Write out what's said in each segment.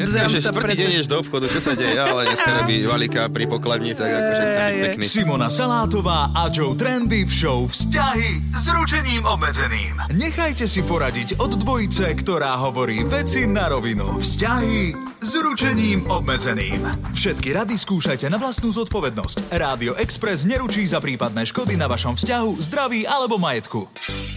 obzerám že sa štvrtý deň pred... ideš do obchodu, čo sa deje, ale dneska robí valika pri pokladni, tak akože chcem byť Ej, ej. pekný. Simona Salátová a Joe Trendy v show Vzťahy s ručením obmedzeným. Nechajte si poradiť od dvojice, ktorá hovorí veci na rovinu. Vzťahy s ručením obmedzeným. Všetky rady skúšajte na vlastnú zodpovednosť. Rádio Express neručí za prípadné škody na vašom vzťahu, zdraví alebo majetku.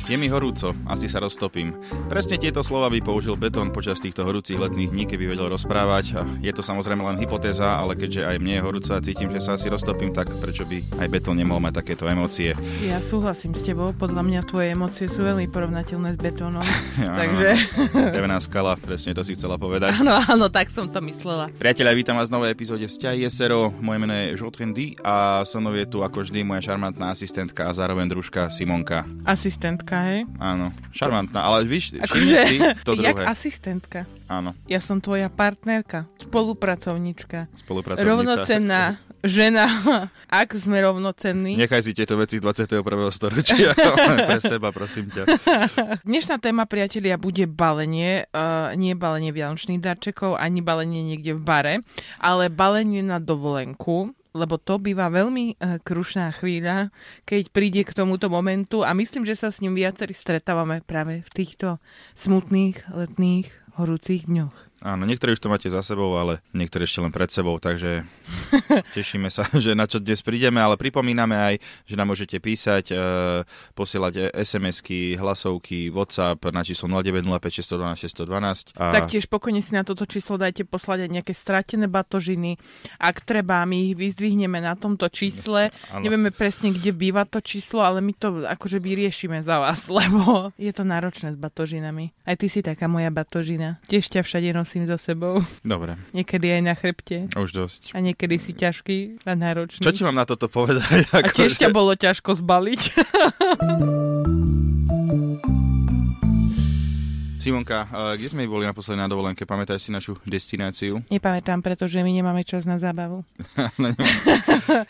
Je mi horúco, asi sa roztopím. Presne tieto slova by použil Betón počas týchto horúcich letných dní, keby vedel rozprávať. A Je to samozrejme len hypotéza, ale keďže aj mne je horúco a cítim, že sa asi roztopím, tak prečo by aj Betón nemohol mať takéto emócie? Ja súhlasím s tebou, podľa mňa tvoje emócie sú veľmi porovnateľné s betónom. Áno. Takže, Pevná skala, presne to si chcela povedať. áno, No áno, tak som to myslela. Priatelia, vítam vás v novej epizóde Vzťahy Jesero. Moje meno je Jotrendy a so mnou je tu ako vždy moja šarmantná asistentka a zároveň družka Simonka. Asistentka, hej? Áno, šarmantná, ale víš, všimni Akože, si to jak druhé. asistentka. Áno, Ja som tvoja partnerka, spolupracovnička, spolupracovnica. rovnocenná žena, ak sme rovnocenní. Nechaj si tieto veci z 21. storočia len pre seba, prosím ťa. Dnešná téma, priatelia, bude balenie. Uh, nie balenie vianočných darčekov, ani balenie niekde v bare, ale balenie na dovolenku lebo to býva veľmi uh, krušná chvíľa, keď príde k tomuto momentu a myslím, že sa s ním viacerí stretávame práve v týchto smutných, letných, horúcich dňoch. Áno, niektorí už to máte za sebou, ale niektorí ešte len pred sebou, takže tešíme sa, že na čo dnes prídeme, ale pripomíname aj, že nám môžete písať, e, posielať e, SMS-ky, hlasovky, WhatsApp na číslo 0905 612 612. A Taktiež pokojne si na toto číslo dajte poslať aj nejaké stratené batožiny. Ak treba, my ich vyzdvihneme na tomto čísle. Áno. Nevieme presne, kde býva to číslo, ale my to akože vyriešime za vás, lebo je to náročné s batožinami. Aj ty si taká moja batožina. Tiež ťa všade nosím so sebou. Dobre, Niekedy aj na chrbte. už dosť. A niekedy si ťažký a náročný. Čo ti mám na toto povedať? Mm. a tiež ťa bolo ťažko zbaliť. Simonka, e, kde sme boli naposledy na dovolenke? Pamätáš si našu destináciu? Nepamätám, pretože my nemáme čas na zábavu.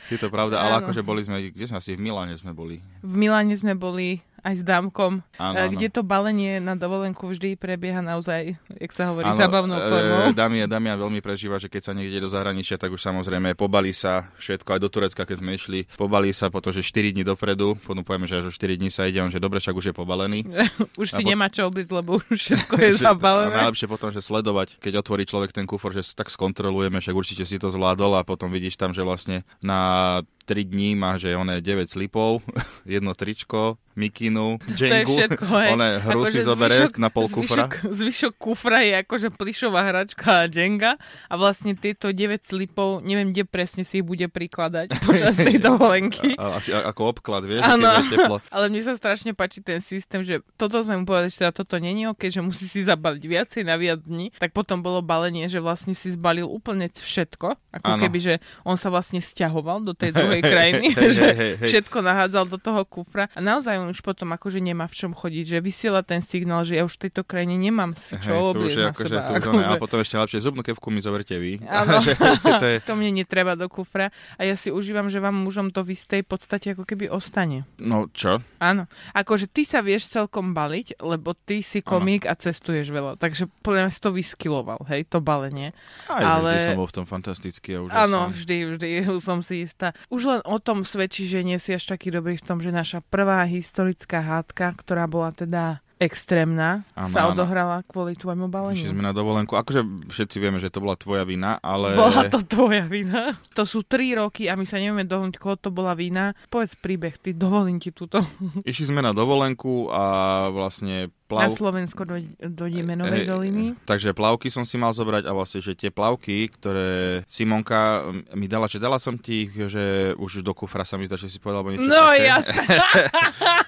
Je to pravda, ale Áno. akože boli sme, kde sme asi v Miláne sme boli. V Miláne sme boli aj s dámkom, Áno, e, áno. kde to balenie na dovolenku vždy prebieha naozaj, jak sa hovorí, zábavnou e, formou. Damian, Damian veľmi prežíva, že keď sa niekde do zahraničia, tak už samozrejme pobalí sa všetko, aj do Turecka, keď sme išli, pobalí sa, pretože 4 dní dopredu, potom povieme, že až o 4 dní sa ide, on že dobre, však už je pobalený. už si Alebo- nemá čo obliť, lebo už všetko je Že- A zabalené. najlepšie potom, že sledovať, keď otvorí človek ten kufor, že s- tak skontrolujeme, však určite si to zvládol a potom vidíš tam, že vlastne na 3 dní má, že on 9 slipov, jedno tričko, mikinu, To je džengu, všetko, hej. Akože one hru si zoberie na pol kufra. Zvyšok, zvyšok kufra je akože plišová hračka a Jenga a vlastne tieto 9 slipov, neviem, kde presne si ich bude prikladať počas tej dovolenky. A, a, ako obklad, vieš, Áno, keď je teplo. ale mne sa strašne páči ten systém, že toto sme mu povedali, že teda toto není ok, že musí si zabaliť viacej na viac dní, tak potom bolo balenie, že vlastne si zbalil úplne všetko, ako Áno. keby, že on sa vlastne stiahoval do tej druhej krajiny, Hej, že hej, hej, hej. všetko nahádzal do toho kufra a naozaj on už potom akože nemá v čom chodiť, že vysiela ten signál, že ja už v tejto krajine nemám si čo to už obliecť je na akože, seba. to už ono, akože- a potom ešte lepšie zubnú kevku mi zoberte vy. Áno. Že to je, to mne netreba do kufra a ja si užívam, že vám mužom to v istej podstate ako keby ostane. no čo? Áno. Akože ty sa vieš celkom baliť, lebo ty si komik a cestuješ veľa. Takže podľa mňa si to vyskiloval, hej, to balenie. Aj, Ale- ale... som bol v tom fantastický a úžasný. Áno, vždy, vždy, už som si istá. Už len o tom svedčí, že nie si až taký dobrý v tom, že naša prvá historická hádka, ktorá bola teda extrémna, Áno, sa áno. odohrala kvôli tvojmu baleniu. Išli sme na dovolenku. Akože všetci vieme, že to bola tvoja vina, ale... Bola to tvoja vina. To sú tri roky a my sa nevieme dohodnúť, koho to bola vina. Povedz príbeh, ty dovolím ti túto. Išli sme na dovolenku a vlastne Na Slovensko do, dojdeme Novej Ej, doliny. Takže plavky som si mal zobrať a vlastne, že tie plavky, ktoré Simonka mi dala, že dala som ti ich, že už do kufra sa mi zdá, že si povedal, alebo niečo No také. jasné,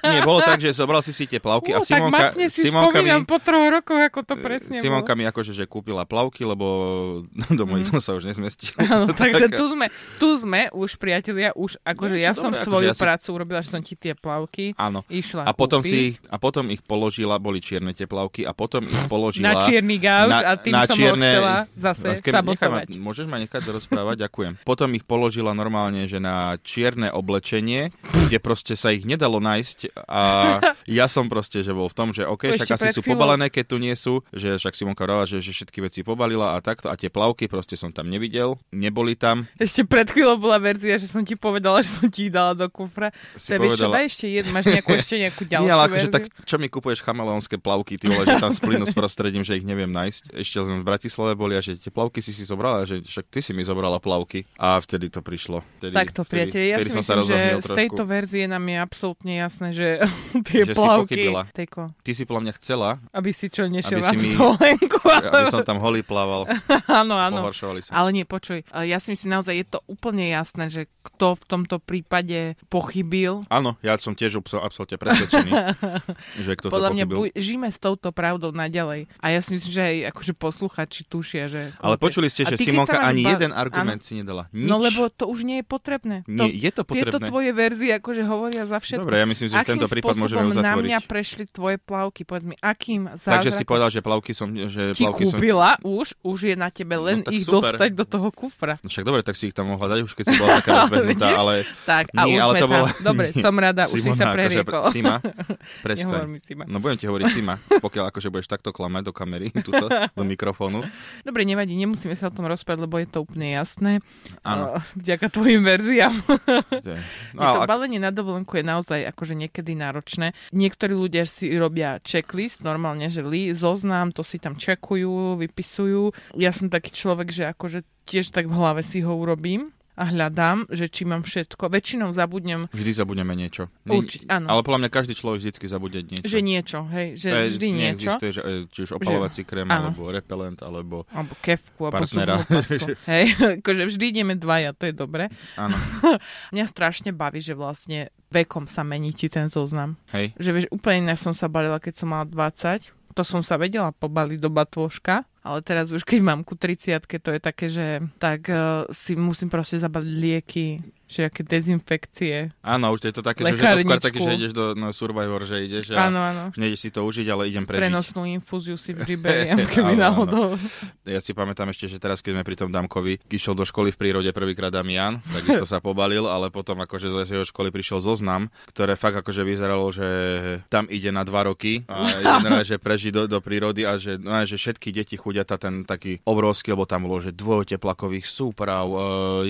Nie, bolo tak, že zobral si si tie plavky Ú, tak a Simonka, matne si Simonka mi... Eh, spomínam po troch rokoch, ako to presne no. Simonka bolo. mi akože, že kúpila plavky, lebo do Mhm. mojich som sa už nesmestil. Áno, takže Tak- tu sme, tu sme už, priatelia, už akože No, ja čo som dobré, akože svoju ja si- prácu urobila, že som ti tie plavky Áno. išla A potom, kúpiť si ich, a potom ich položila, boli čierne tie plavky, a potom ich položila... na čierny gauč a tým som ho chcela zase Keď- no, nechaj ma, sabotovať. môžeš ma nechať rozprávať? Ďakujem. Potom ich položila normálne, že na čierne oblečenie, kde proste sa ich nedalo nájsť a ja som proste, že bol v tom, že OK, To však ešte asi pred sú chvíľou. pobalené, keď tu nie sú, že však Simonka hovorila, že, že všetky veci pobalila a takto a tie plavky proste som tam nevidel, neboli tam. Ešte pred chvíľou bola verzia, že som ti povedala, že som ti ich dala do kufra. Si To je, vieš čo, povedala- daj ešte jednu, máš nejakú, ešte nejakú ďalšiu Nie, ale akože verziu. tak, čo mi kupuješ chameleonské plavky, ty vole, že tam splínu s prostredím, že ich neviem nájsť. Ešte len v Bratislave boli a že tie plavky si si zobrala, že však ty si mi zobrala plavky. A vtedy to prišlo. Vtedy, Takto, vtedy, priatelia, ja vtedy si som sa myslím, že rozohnil z trošku. tejto verzie nám je absolútne jasné, že tie Že si plavky... pochybila. Tejko, Ty si podľa mňa chcela, aby si čo, nešiel Aby na si mi- dovolenku. aby som tam holý plával. Áno, áno. Pohoršovali sa. Ale nie, počuj, e, ja si myslím naozaj, je to úplne jasné, že kto v tomto prípade pochybil. Áno, ja som tiež obso- absolútne presvedčený, že kto Podľa to mňa pochybil. buď, žijeme s touto pravdou naďalej. A ja si myslím, že aj akože posluchači tušia, že... Ale počuli ste, A že ty, keď sa Simonka máš ani ba- jeden argument si nedala. Nič. No lebo to už nie je potrebné. Nie, to, je to Tieto potrebné. tvoje verzie akože hovoria za všetko. Dobre, ja myslím, že akým tento prípad môžeme spôsobom na uzatvoriť. mňa prešli tvoje plavky? Povedz mi, akým zázrakom Takže si povedal, že plavky som... Že ti plavky som kúpila už, už je na tebe len No tak ich super. dostať do toho kufra. No však dobre, tak si ich tam mohla dať už, keď si bola taká rozbehnutá, vidíš? ale... Tak, a Nie, už ale sme to tam. bola- Dobre, som rada, už si Simona, sa akože preriekol. pre- Sima, prestaň. Nehovor mi Sima. No budem ti hovoriť Sima, pokiaľ akože budeš takto klamať do kamery, tuto, do mikrofónu. Dobre, nevadí, nemusíme sa o tom rozprávať, lebo je to úplne jasné. Áno. Eh, Vďaka tvojim verziám. že- No, No, to ale ak- balenie na dovolenku je naozaj akože niekedy náročné. Niektorí ľudia si robia checklist, normálne, že li, zoznam, to si tam čekujú, vypisujú. Ja som taký človek, že akože tiež tak v hlave si ho urobím a hľadám, že či mám všetko. Väčšinou zabudnem, vždy zabudneme niečo. Určite, áno. Ale podľa mňa každý človek vždy zabudne niečo. že niečo, hej, že To je- vždy niečo. Neexistuje, že, e, či už opalovací krém, áno. alebo repelent, alebo... Alebo kefku, alebo Partnera. zubnú pastu. Hej, akože vždy ideme dvaja, to je dobre. Áno, Mňa strašne baví, že vlastne vekom sa mení ti ten zoznam. hej. že vieš, úplne inak som sa balila, keď som mala 20. To som sa vedela pobaliť do batôžka, ale teraz už keď mám ku 30 to je také, že tak uh, si musím proste zabaliť lieky, že aké dezinfekcie. Áno, už je to také, že, už je to skôr Lekárničku. také, že ideš do no, Survivor, že ideš a Áno, áno. už nejdeš si to užiť, ale idem prežiť. Prenosnú infúziu si vždy beriem, Áno, keby áno. náhodou. Ja si pamätám ešte, že teraz, keď sme pri tom Damkovi, išiel do školy v prírode prvýkrát Damian, takisto sa pobalil, ale potom akože z jeho školy prišiel zoznam, ktoré fakt akože vyzeralo, že tam ide na dva roky a jeden raz, že preží do, do prírody a že, no, a že všetky deti chudiata ten taký obrovský, lebo tam bolo, že dvojoteplakových súprav, e,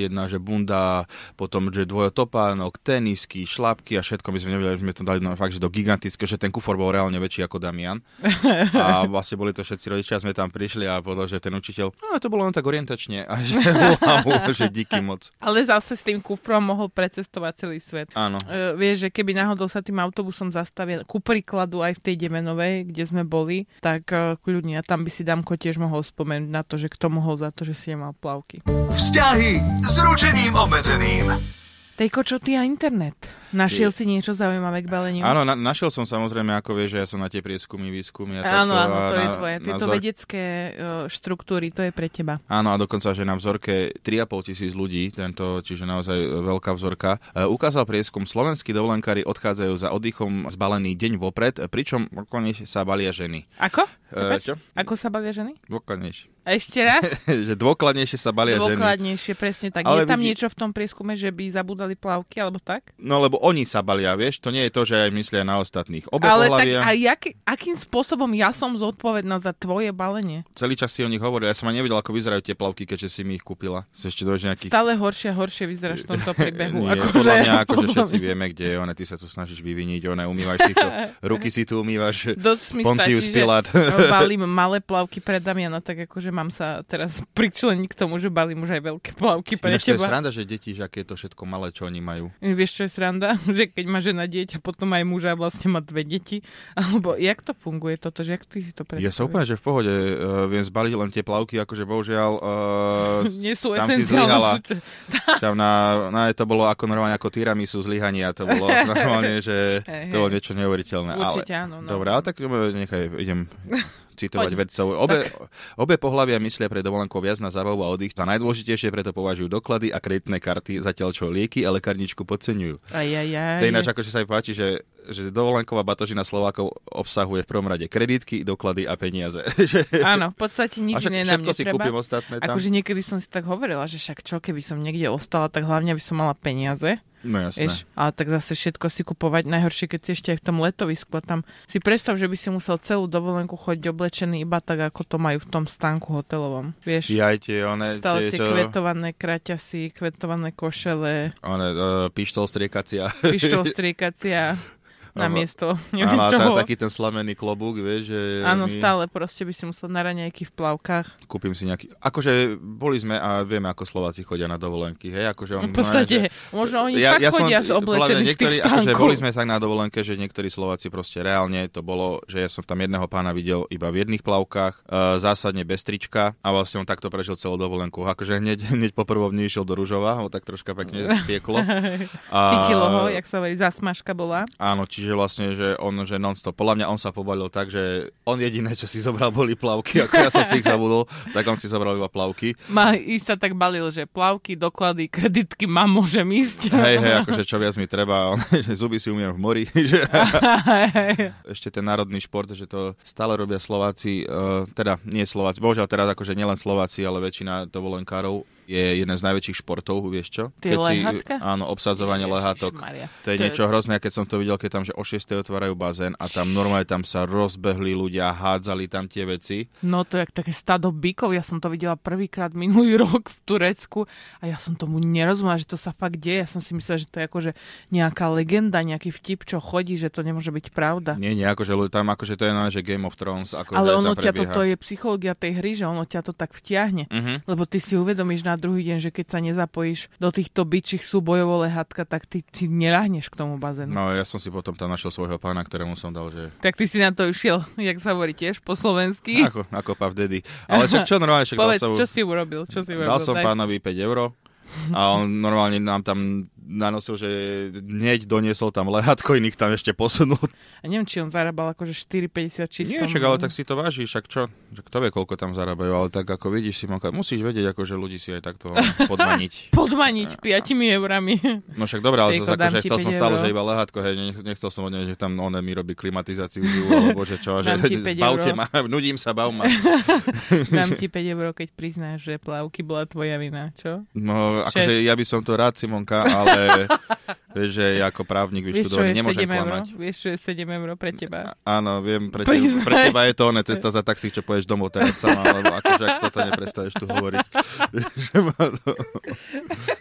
jedna, že bunda, potom, že dvojotopánok, tenisky, šlapky a všetko. My sme nevedeli, že sme to dali no, fakt, že do gigantického, že ten kufor bol reálne väčší ako Damian. A vlastne boli to všetci rodičia, sme tam prišli a povedal, že ten učiteľ, no to bolo len tak orientačne. A že, wow, že díky moc. Ale zase s tým kufrom mohol precestovať celý svet. Áno. Uh, vieš, že keby náhodou sa tým autobusom zastavil, ku príkladu aj v tej Demenovej, kde sme boli, tak uh, kľudne, a tam by si Damko tiež mohol spomenúť na to, že kto mohol za to, že si nemal plavky. Vzťahy s ručením obmedzeným. Tejko, čo ty a internet? Našiel si niečo zaujímavé k baleniu? Áno, na, našiel som samozrejme, ako vieš, že ja som na tie prieskumy, výskumy a takto. Áno, áno, a to je na- tvoje. na Tieto vzor- vedecké uh, štruktúry, to je pre teba. Áno, a dokonca, že na vzorke 3,5 tisíc ľudí, tento, čiže naozaj e, veľká vzorka, e, ukázal prieskum, slovenskí dovolenkári odchádzajú za oddychom zbalený deň vopred, e, pričom okolnejšie sa balia ženy. Ako? E, Prepač? čo? Ako sa bavia ženy? Dôkladnejšie. A ešte raz? že dôkladnejšie sa balia ženy. Dôkladnejšie, presne tak. je Ale tam vidí- niečo v tom prieskume, že by zabudali plavky, alebo tak? No lebo oni sa balia, vieš, to nie je to, že aj myslia na ostatných. Obe Ale tak pohlavia, a jaký, akým spôsobom ja som zodpovedná za tvoje balenie? celý čas si o nich hovoril. Ja som ani nevedel, ako vyzerajú tie plavky, keďže si mi ich kúpila. Si ešte dojde nejakých... Stále horšie a horšie vyzeráš v tomto príbehu. Nie, akože, podľa mňa, akože podľa všetci mňa. vieme, kde je one, ty sa to snažíš vyviniť, one umývaš si to, ruky si tu umývaš, Dosť mi Poncius stačí, Pilát. že balím malé plavky pre Damiana, tak akože že mám sa teraz pričleniť k tomu, že balím už aj veľké plavky pre Ináč to je teba. sranda, že deti, že aké je to všetko malé, čo oni majú. Vieš, čo je sranda? Že keď má žena dieťa, potom aj muža a vlastne má dve deti. Alebo jak to funguje toto? Že jak ty si to predstavuješ? Ja sa úplne, že v pohode uh, viem zbaliť len tie plavky, akože bohužiaľ uh, Nie sú tam si esenciálne zlyhala. súčasť. Tam na, na, to bolo ako normálne, ako tiramisu zlyhania, to bolo normálne, že Hej, to bolo hej. niečo neuveriteľné. Určite ale, áno. No. Dobre, ale tak e, nechaj, idem citovať Poď. vedcov. Obe, obe pohľavia myslia pre dovolenkou viac na zábavu a oddych a najdôležitejšie preto považujú doklady a kreditné karty, zatiaľ čo lieky a lekárničku podceňujú. Aj, aj, aj. To je ináč, akože sa mi páči, že, že dovolenková batožina Slovákov obsahuje v prvom rade kreditky, doklady a peniaze. Že- Áno, v podstate a nič však iné nám všetko si kúpim netreba. ostatné tam. Akože niekedy som si tak hovorila, že však čo, keby som niekde ostala, tak hlavne by som mala peniaze. No jasné. Vieš, ale tak zase všetko si kupovať najhoršie, keď si ešte aj v tom letovisku a tam si predstav, že by si musel celú dovolenku chodiť oblečený iba tak, ako to majú v tom stánku hotelovom. Vieš, Jaj tie, one, stále tie tie, čo, kvetované kraťasy, kvetované košele, one, uh, pištol striekacia. pištol striekacia na Áno. miesto, neviem Áno, a tá, čoho. taký ten slamený klobúk, vieš, že... Áno, my- stále proste by si musel na raňajky v plavkách. kúpim si nejaký... Akože boli sme a vieme, ako Slováci chodia na dovolenky, hej? Akože on, No, V podstate, že- možno oni ja, fakt chodia z oblečení z podľa mňa tých niektorí, akože stánkov. boli sme tak na dovolenke, že niektorí Slováci proste reálne to bolo, že ja som tam jedného pána videl iba v jedných plavkách, e, zásadne bez trička a vlastne on takto prežil celú dovolenku. Akože hneď, hneď po prvom dni išiel do Ružova, ho tak troška pekne spieklo. A, Chytilo ho, jak sa hovorí, zasmažka bola. Áno, čiže vlastne, že on, že non-stop. Podľa mňa on sa pobalil tak, že on jediné, čo si zobral, boli plavky. Ako ja som si ich zabudol, tak on si zobral iba plavky. Ma i sa tak balil, že plavky, doklady, kreditky, mám, môžem ísť. Hej, hej, akože čo viac mi treba, že zuby si umiem v mori. Že... Ešte ten národný šport, že to stále robia Slováci, eh, teda nie Slováci, bohužiaľ teraz akože nielen Slováci, ale väčšina dovolenkárov je jeden z najväčších športov, vieš čo? Ty si, lehátka? áno, obsadzovanie lehátok. Ježišmaria. To je niečo hrozné, keď som to videl, keď tam že o 6. otvárajú bazén a tam normálne tam sa rozbehli ľudia, hádzali tam tie veci. No to je jak také stado bykov, ja som to videla prvýkrát minulý rok v Turecku a ja som tomu nerozumela, že to sa fakt deje. Ja som si myslela, že to je akože nejaká legenda, nejaký vtip, čo chodí, že to nemôže byť pravda. Nie, nie, akože ľu- tam akože to je normálne, že Game of Thrones. Akože Ale ono ťa tam to, prebieha. to je psychológia tej hry, že ono ťa to tak vtiahne. Mhm. Lebo ty si uvedomíš na druhý deň, že keď sa nezapojíš do týchto bičích súbojov o lehatka, tak ty, ty neráhneš k tomu bazénu. No ja som si potom tam našiel svojho pána, ktorému som dal, že Tak ty si na to išiel, jak sa hovorí tiež, po slovensky. ako, ako pav daddy. Ale čo, čo normálne, však dal Povedz, som, čo si urobil, čo si urobil. dal som tak. pánovi 5 eur a on normálne nám tam nanosil, že hneď doniesol tam lehatko, iných tam ešte posunul. A neviem, či on zarábal akože 4,50 čistom. Nie, však, ale tak si to váži, však čo? Že Kto vie, koľko tam zarábajú, ale tak ako vidíš, Simonka, musíš vedieť, ako, že ľudí si aj takto podmaniť. Podmaniť 5 eurami. No však dobré, ale Tyko, zase dám akože ti no. chcel som 5 stále, eur. že iba lehatko, hej, nech- nechcel som od nej, že tam one mi robí klimatizáciu, živú, alebo že čo, že Dám ti 5 bavte eur. ma, nudím sa, bav ma. Dám ti 5 eur, keď priznáš, že plavky bola tvoja vina, čo? No, Šesť. akože ja by som to rád, Simonka, ale vieš, že ja ako právnik Vieš, čo vyštudovaný je 7 nemôžem eur? klamať. Vieš, čo je 7 eur pre teba? Áno, viem, pre, te, Priznaj. pre teba je to oné cesta za taxík, čo poješ domov teraz sama, lebo akože ak toto neprestaneš tu hovoriť. Že ma to-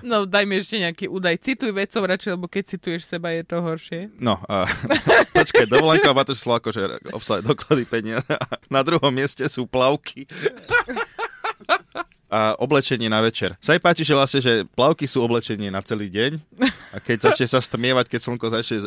No, daj mi ešte nejaký údaj. Cituj vecov radšej, lebo keď cituješ seba, je to horšie. No, a, počkaj, dovolenka má to šlo akože obsahuje doklady peniaze. Na druhom mieste sú plavky. a oblečenie na večer. Sa mi páči, že vlastne, že plavky sú oblečenie na celý deň a keď začne sa stmievať, keď slnko začne e,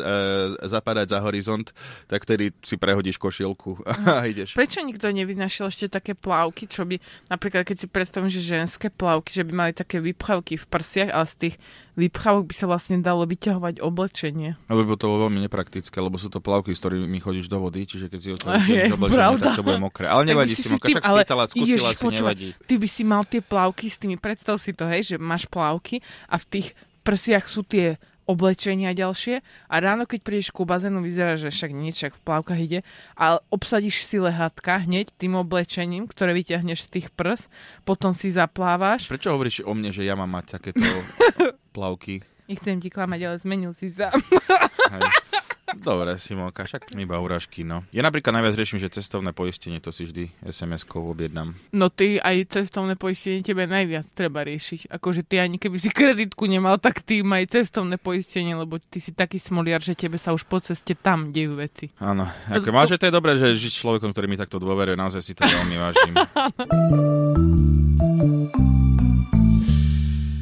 zapadať za horizont, tak vtedy si prehodíš košielku a ideš. Prečo nikto nevynašiel ešte také plavky, čo by, napríklad keď si predstavím, že ženské plavky, že by mali také vypchavky v prsiach, ale z tých vypchavok by sa vlastne dalo vyťahovať oblečenie. No, Lebo to bolo veľmi nepraktické, lebo sú to plavky, s ktorými chodíš do vody, čiže keď si otvoríš Je, oblečenie, pravda. tak tak to bude mokré. Ale Tak by nevadí si, si Monka, tým- však ale spýtala, skúsila Ježiš, si, počúvaj, nevadí. Ty by si mal tie plavky s tými, predstav si to, hej, že máš plavky a v tých prsiach sú tie oblečenia ďalšie a ráno, keď prídeš ku bazénu, vyzerá, že však nič, ak v plavkách ide, ale obsadíš si lehátka hneď tým oblečením, ktoré vyťahneš z tých prs, potom si zaplávaš Prečo hovoríš o mne, že ja mám mať takéto plavky? Nechcem ti klamať, ale zmenil si sa. Hej. Dobre, Simonka, však iba úražky, no. Ja napríklad najviac riešim, že cestovné poistenie, to si vždy SMS-kou objednám. No ty aj cestovné poistenie tebe najviac treba riešiť. Akože ty ani keby si kreditku nemal, tak ty maj cestovné poistenie, lebo ty si taký smoliar, že tebe sa už po ceste tam dejú veci. Áno, To- ako, máš, že to je dobré, že žiť s človekom, ktorý mi takto dôveruje, naozaj si to veľmi vážim.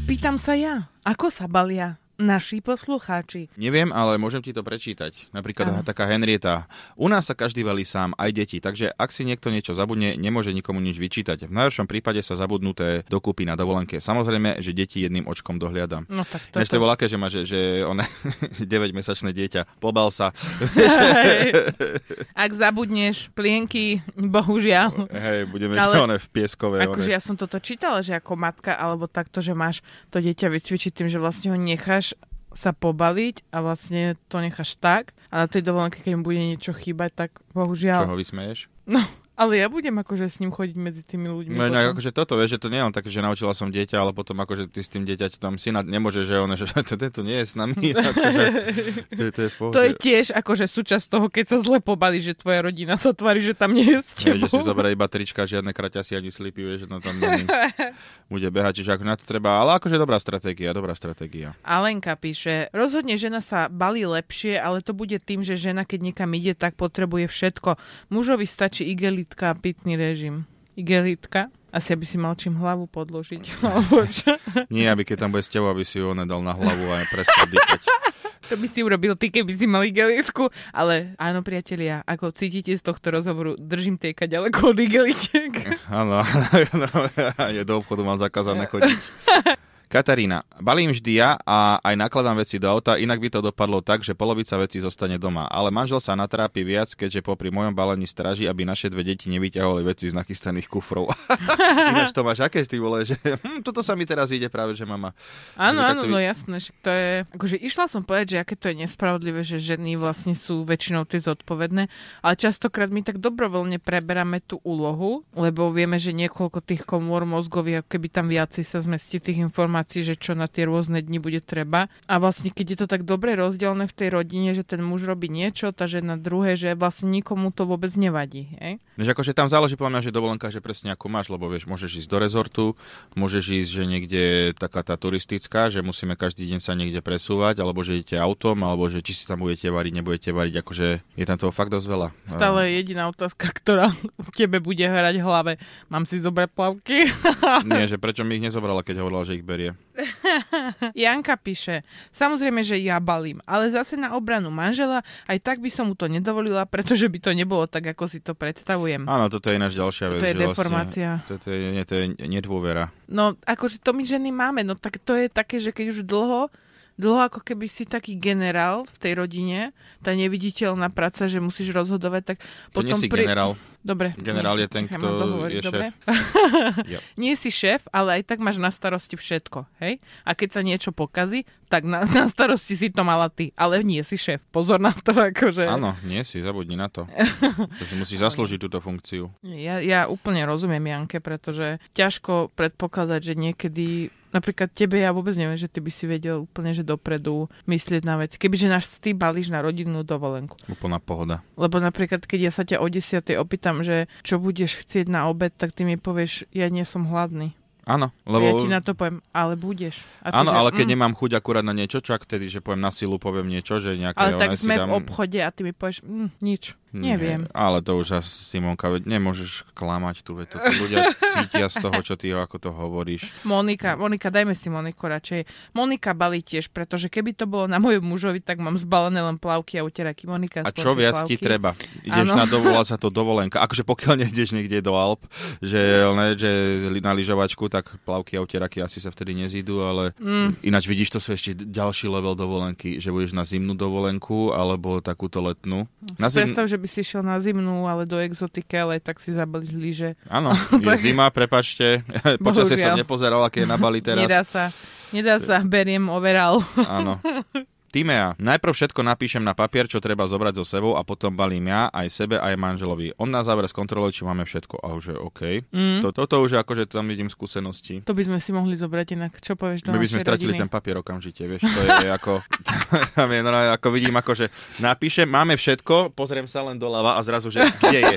Pýtam sa ja, ako sa balia naši poslucháči? Neviem, ale môžem ti to prečítať. Áno. Napríklad taká Henrieta. U nás sa každý valí sám, aj deti, takže ak si niekto niečo zabudne, nemôže nikomu nič vyčítať. V najhoršom prípade sa zabudnuté dokúpi na dovolenke. Samozrejme, že deti jedným očkom dohliadam. No tak to To, je to... to. bolo aké, že má, že, že ona, 9-mesačné dieťa, pobal sa. Hej. Ak zabudneš plienky, bohužiaľ. Hej, budeme, Ale- že one v pieskové. Akože one. ja som toto čítala, že ako matka, alebo takto, že máš to dieťa vycvičiť tým, že vlastne ho necháš sa pobaliť a vlastne to necháš tak a na tej dovolenke, keď mu bude niečo chýbať, tak Čo bohužiaľ. ho vysmeješ? Ale ja budem akože s ním chodiť medzi tými ľuďmi. No potom. inak akože toto, vieš, že to nie je len také, že naučila som dieťa, ale potom akože ty s tým dieťaťom tam syna nemôže, že ono, že to, to tu nie je s nami. Akože, to, je- to je v pohode. To je tiež akože súčasť toho, keď sa zle pobali, že tvoja rodina sa tvári, že tam nie je s Vieš, tebou. že si zoberie iba trička, žiadne kraťasy ani slipy, vieš, že to tam není. bude behať, čiže ako na to treba, ale akože dobrá stratégia, dobrá stratégia. Alenka píše, rozhodne žena sa balí lepšie, ale to bude tým, že žena keď niekam ide, tak potrebuje všetko. Mužovi stačí igelitka a pitný režim. Igelitka? Asi aby si mal čím hlavu podložiť. alebo čo? Nie, aby keď tam bude s tebou, aby si ju ona dal na hlavu a prestal dýchať. to by si urobil ty, keby si mal igelitku. Ale áno, priatelia, ako cítite z tohto rozhovoru, držím tejka ďaleko od igelitiek. Áno, áno, ja do obchodu mám zakázané chodiť. Katarína, balím vždy ja a aj nakladám veci do auta, inak by to dopadlo tak, že polovica vecí zostane doma. Ale manžel sa natrápi viac, keďže popri mojom balení stráži, aby naše dve deti nevyťahovali veci z nachystaných kufrov. Ináč to máš aké, ty vole, že hm, toto sa mi teraz ide práve, že mama. Áno, Že by áno, takto no vy- jasné, že to je... Akože išla som povedať, že aké to je nespravodlivé, že ženy vlastne sú väčšinou tie zodpovedné, ale častokrát my tak dobrovoľne preberáme tú úlohu, lebo vieme, že niekoľko tých komôr mozgových, ako keby tam viacej sa zmestí tých informácií, že čo na tie rôzne dni bude treba. A vlastne, keď je to tak dobre rozdelené v tej rodine, že ten muž robí niečo, tá žena druhé, že vlastne nikomu to vôbec nevadí. Hej? Než akože tam záleží podľa mňa, že dovolenka, že presne ako máš, lebo vieš, môžeš ísť do rezortu, môžeš ísť, že niekde taká tá turistická, že musíme každý deň sa niekde presúvať, alebo že idete autom, alebo že či si tam budete variť, nebudete variť, akože je tam toho fakt dosť veľa. Stále je jediná otázka, ktorá v tebe bude hrať v hlave. Mám si zobrať plavky? Ehm, nie, že prečo mi ich nezobrala, keď hovorila, že ich berie. Janka píše, samozrejme, že ja balím, ale zase na obranu manžela, aj tak by som mu to nedovolila, pretože by to nebolo tak, ako si to predstavujem. Áno, toto je ináč ďalšia vec. To je že deformácia. Vlastne, toto je, nie, to je nedôvera. No, akože to my ženy máme, no tak to je také, že keď už dlho, dlho ako keby si taký generál v tej rodine, tá neviditeľná práca, že musíš rozhodovať, tak To nie potom si generál. Dobre. ne- Generál je ten, nechaj kto ma dohovoriť, je šéf. dobre? Jo. Nie si šéf, ale aj tak máš na starosti všetko, hej? A keď sa niečo pokazí, tak na, na starosti si to mala ty, ale nie si šéf. Pozor na to, akože. Áno, nie si, zabudni na to. To si musíš zaslúžiť túto funkciu. Ja, ja úplne rozumiem Janke, pretože ťažko predpokladať, že niekedy napríklad tebe ja vôbec neviem, že ty by si vedel úplne, že dopredu myslieť na vec. Kebyže nás ty balíš na rodinnú dovolenku. Úplná pohoda. Lebo napríklad, keď ja sa ťa o 10. opýtam, že čo budeš chcieť na obed, tak ty mi povieš, ja nie som hladný. Áno, Lebo... Ja lebo... ti na to poviem, ale budeš. A ty, Áno, že, ale keď mm, nemám chuť akurát na niečo, čak tedy, že poviem na silu, poviem niečo, že nejaké... Ale ja tak si sme v dám- obchode a ty mi povieš, mm, nič, Nie, neviem. Ale to už asi, Simonka, veď nemôžeš klamať tu, veď to tí ľudia cítia z toho, čo ty ako to hovoríš. Monika, Monika, dajme si Moniku radšej. Monika balí tiež, pretože keby to bolo na mojom mužovi, tak mám zbalené len plavky a uteraky. Monika, A aspoň čo tie viac plavky. ti treba? Ideš Áno. na dovolá sa to dovolenka. Akože pokiaľ nejdeš niekde do Alp, že, ne, že li- na lyžovačku, tak plavky a uteraky asi sa vtedy nezídu, ale mm. ináč vidíš, to sú ešte ďalší level dovolenky, že budeš na zimnú dovolenku alebo takúto letnú. Na Si No, Predstav, že by si šiel na zimnú, ale do exotike, ale tak si zabalili, že Áno, je zima, prepačte. Počasie Bohužiaľ. som nepozeral, aké je na Bali teraz. nedá sa, nedá sa, beriem overall. Áno. Timea. Najprv všetko napíšem na papier, čo treba zobrať so sebou a potom balím ja, aj sebe, aj manželovi. On na záver skontroluje, či máme všetko. A už je OK. Mm. To, toto už je akože tam vidím skúsenosti. To by sme si mohli zobrať inak. Čo povieš do My by našej sme stratili rodiny? ten papier okamžite, vieš, to je ako, tam je, no, ako vidím, akože napíšem, máme všetko, pozriem sa len doľava a zrazu, že kde je?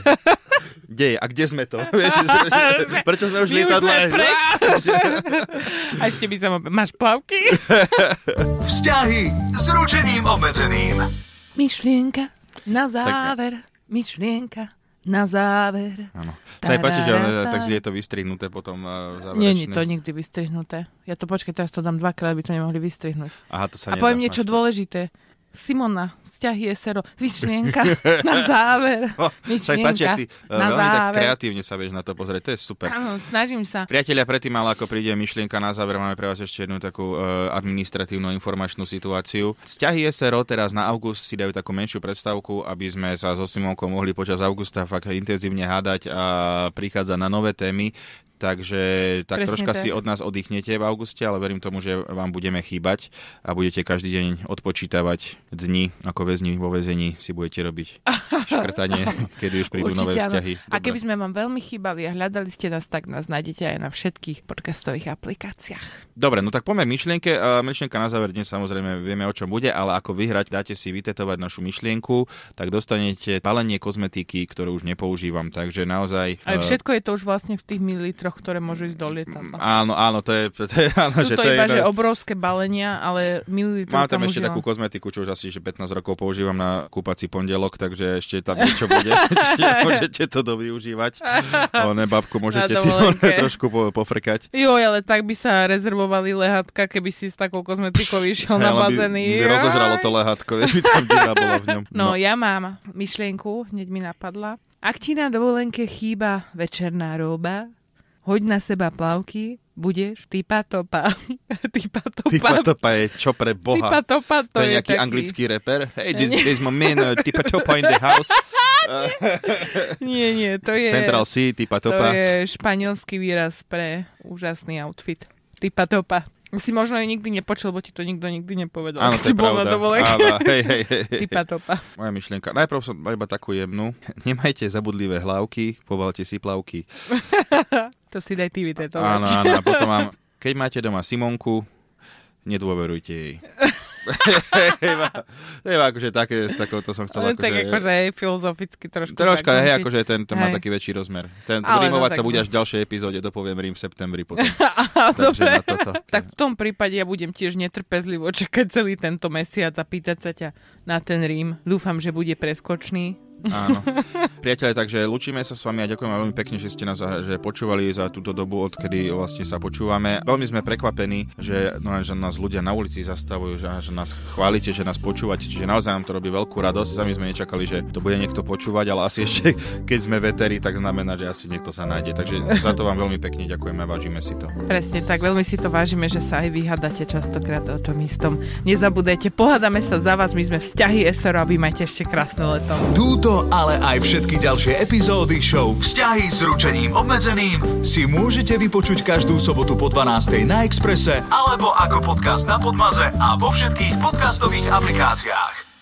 Kde je? A kde sme to? Vieš, že, že, prečo sme už My už lietadle? sme preč. A ešte by sa ma... Máš plavky? Vzťahy s ručením obmedzeným. Myšlienka na záver, záver. Myšlienka na záver. Áno. Sa mi páči, že e, Tarará. takže je to vystrihnuté potom eh, záverečné. Nie, nie, to nikdy vystrihnuté. Ja to počkaj, teraz to dám dvakrát, aby to nemohli vystrihnúť. Aha, to sa A nedá. poviem niečo Máš- dôležité. Simona, vzťahy je sero. Myšlienka na záver. Oh, Sa mi páči, ak ty eh, na veľmi tak záver. kreatívne sa vieš na to pozrieť, to je super. Áno, snažím sa. Priatelia, predtým, ale ako príde myšlienka na záver, máme pre vás ešte jednu takú e, administratívnu informačnú situáciu. Vzťahy SRO teraz na august si dajú takú menšiu predstavku, aby sme sa so Simonkou mohli počas augusta fakt intenzívne hádať a prichádza na nové témy. Takže tak Presne troška tak. si od nás oddychnete v auguste, ale verím tomu, že vám budeme chýbať a budete každý deň odpočítavať dni ako väzni vo väzení si budete robiť škrtanie, kedy už prídu nové áno. vzťahy. A Dobre. keby sme vám veľmi chýbali a hľadali ste nás, tak nás nájdete aj na všetkých podcastových aplikáciách. Dobre, no tak poďme k myšlienke. Eh, Myšlienka na záver dnes samozrejme vieme, o čom bude, ale ako vyhrať, dáte si vytetovať našu myšlienku, tak dostanete palenie kozmetiky, ktorú už nepoužívam. Takže naozaj... Ale eh, všetko je to už vlastne v tých mililitroch, ktoré môžu ísť do lietadla. Áno, áno, to je... To je, áno, Sú že to, to je, iba, že obrovské balenia, ale mililitrov Mám tam ešte užívam. takú kozmetiku, čo už asi že 15 rokov používam na kúpací pondelok, takže ešte tam niečo bude. Čiže môžete to dovyužívať. One, babku, môžete ty dovolenke. one, trošku po, pofrkať. Joj, ale tak by sa rezervovali lehatka, keby si s takou kozmetikou išiel na Hej, len by- bazén. by rozožralo to lehatko, vieš, by tam dina bola v ňom. No, ja mám myšlienku, hneď mi napadla. Ak ti na dovolenke chýba večerná roba, hoď na seba plavky, budeš typa topa. typa topa. Typa topa je čo pre Typa boha. topa, to, To, je nejaký taký. anglický reper. Hey, this, this is my man, uh, Tipa Topa in the house. Nie, nie, to je... Central C, Tipa To Topa. je španielský výraz pre úžasný outfit. Typa topa. Si možno ju nikdy nepočul, bo ti to nikto nikdy nepovedal. Áno, keď to je si bol pravda. na dovolenke. Áno, hej, hej, hej. Typa topa. Moja myšlienka. Najprv som mal iba takú jemnú. Nemajte zabudlivé hlavky, povalte si plavky. To si daj ty Áno, vytetovať. áno. A potom mám, keď máte doma Simonku, nedôverujte jej. Iba- to je iba akože také, s takouto som chcel. Ale tak akože aj filozoficky trošku. Troška, zakončiť. hej, akože ten, ten má Hej. taký väčší rozmer. Ten Ale no, rímovať sa tak- bude až v ďalšej epizóde, dopoviem Rím v septembri potom. Á, Dobre. na toto. Tak v tom prípade ja budem tiež netrpezlivo čakať celý tento mesiac a pýtať sa ťa na ten Rím. Dúfam, že bude preskočný. Áno. Priatelia, takže lučíme sa s vami a ďakujem vám veľmi pekne, že ste nás za- že počúvali za túto dobu, odkedy vlastne sa počúvame. Veľmi sme prekvapení, že, no, že nás ľudia na ulici zastavujú, že, že nás chválite, že nás počúvate, čiže naozaj nám to robí veľkú radosť. Sami sme nečakali, že to bude niekto počúvať, ale asi ešte, keď sme veteri, tak znamená, že asi niekto sa nájde. Takže za to vám veľmi pekne ďakujeme, vážime si to. Presne tak, veľmi si to vážime, že sa aj vyhádate častokrát o tom istom. Nezabudajte, pohádame sa za vás, my sme vzťahy SRO a vy majte ešte krásne leto. Túto, ale aj všetky ďalšie epizódy show Vzťahy s ručením obmedzeným si môžete vypočuť každú sobotu po 12. na Exprese alebo ako podcast na Podmaze a vo všetkých podcastových aplikáciách.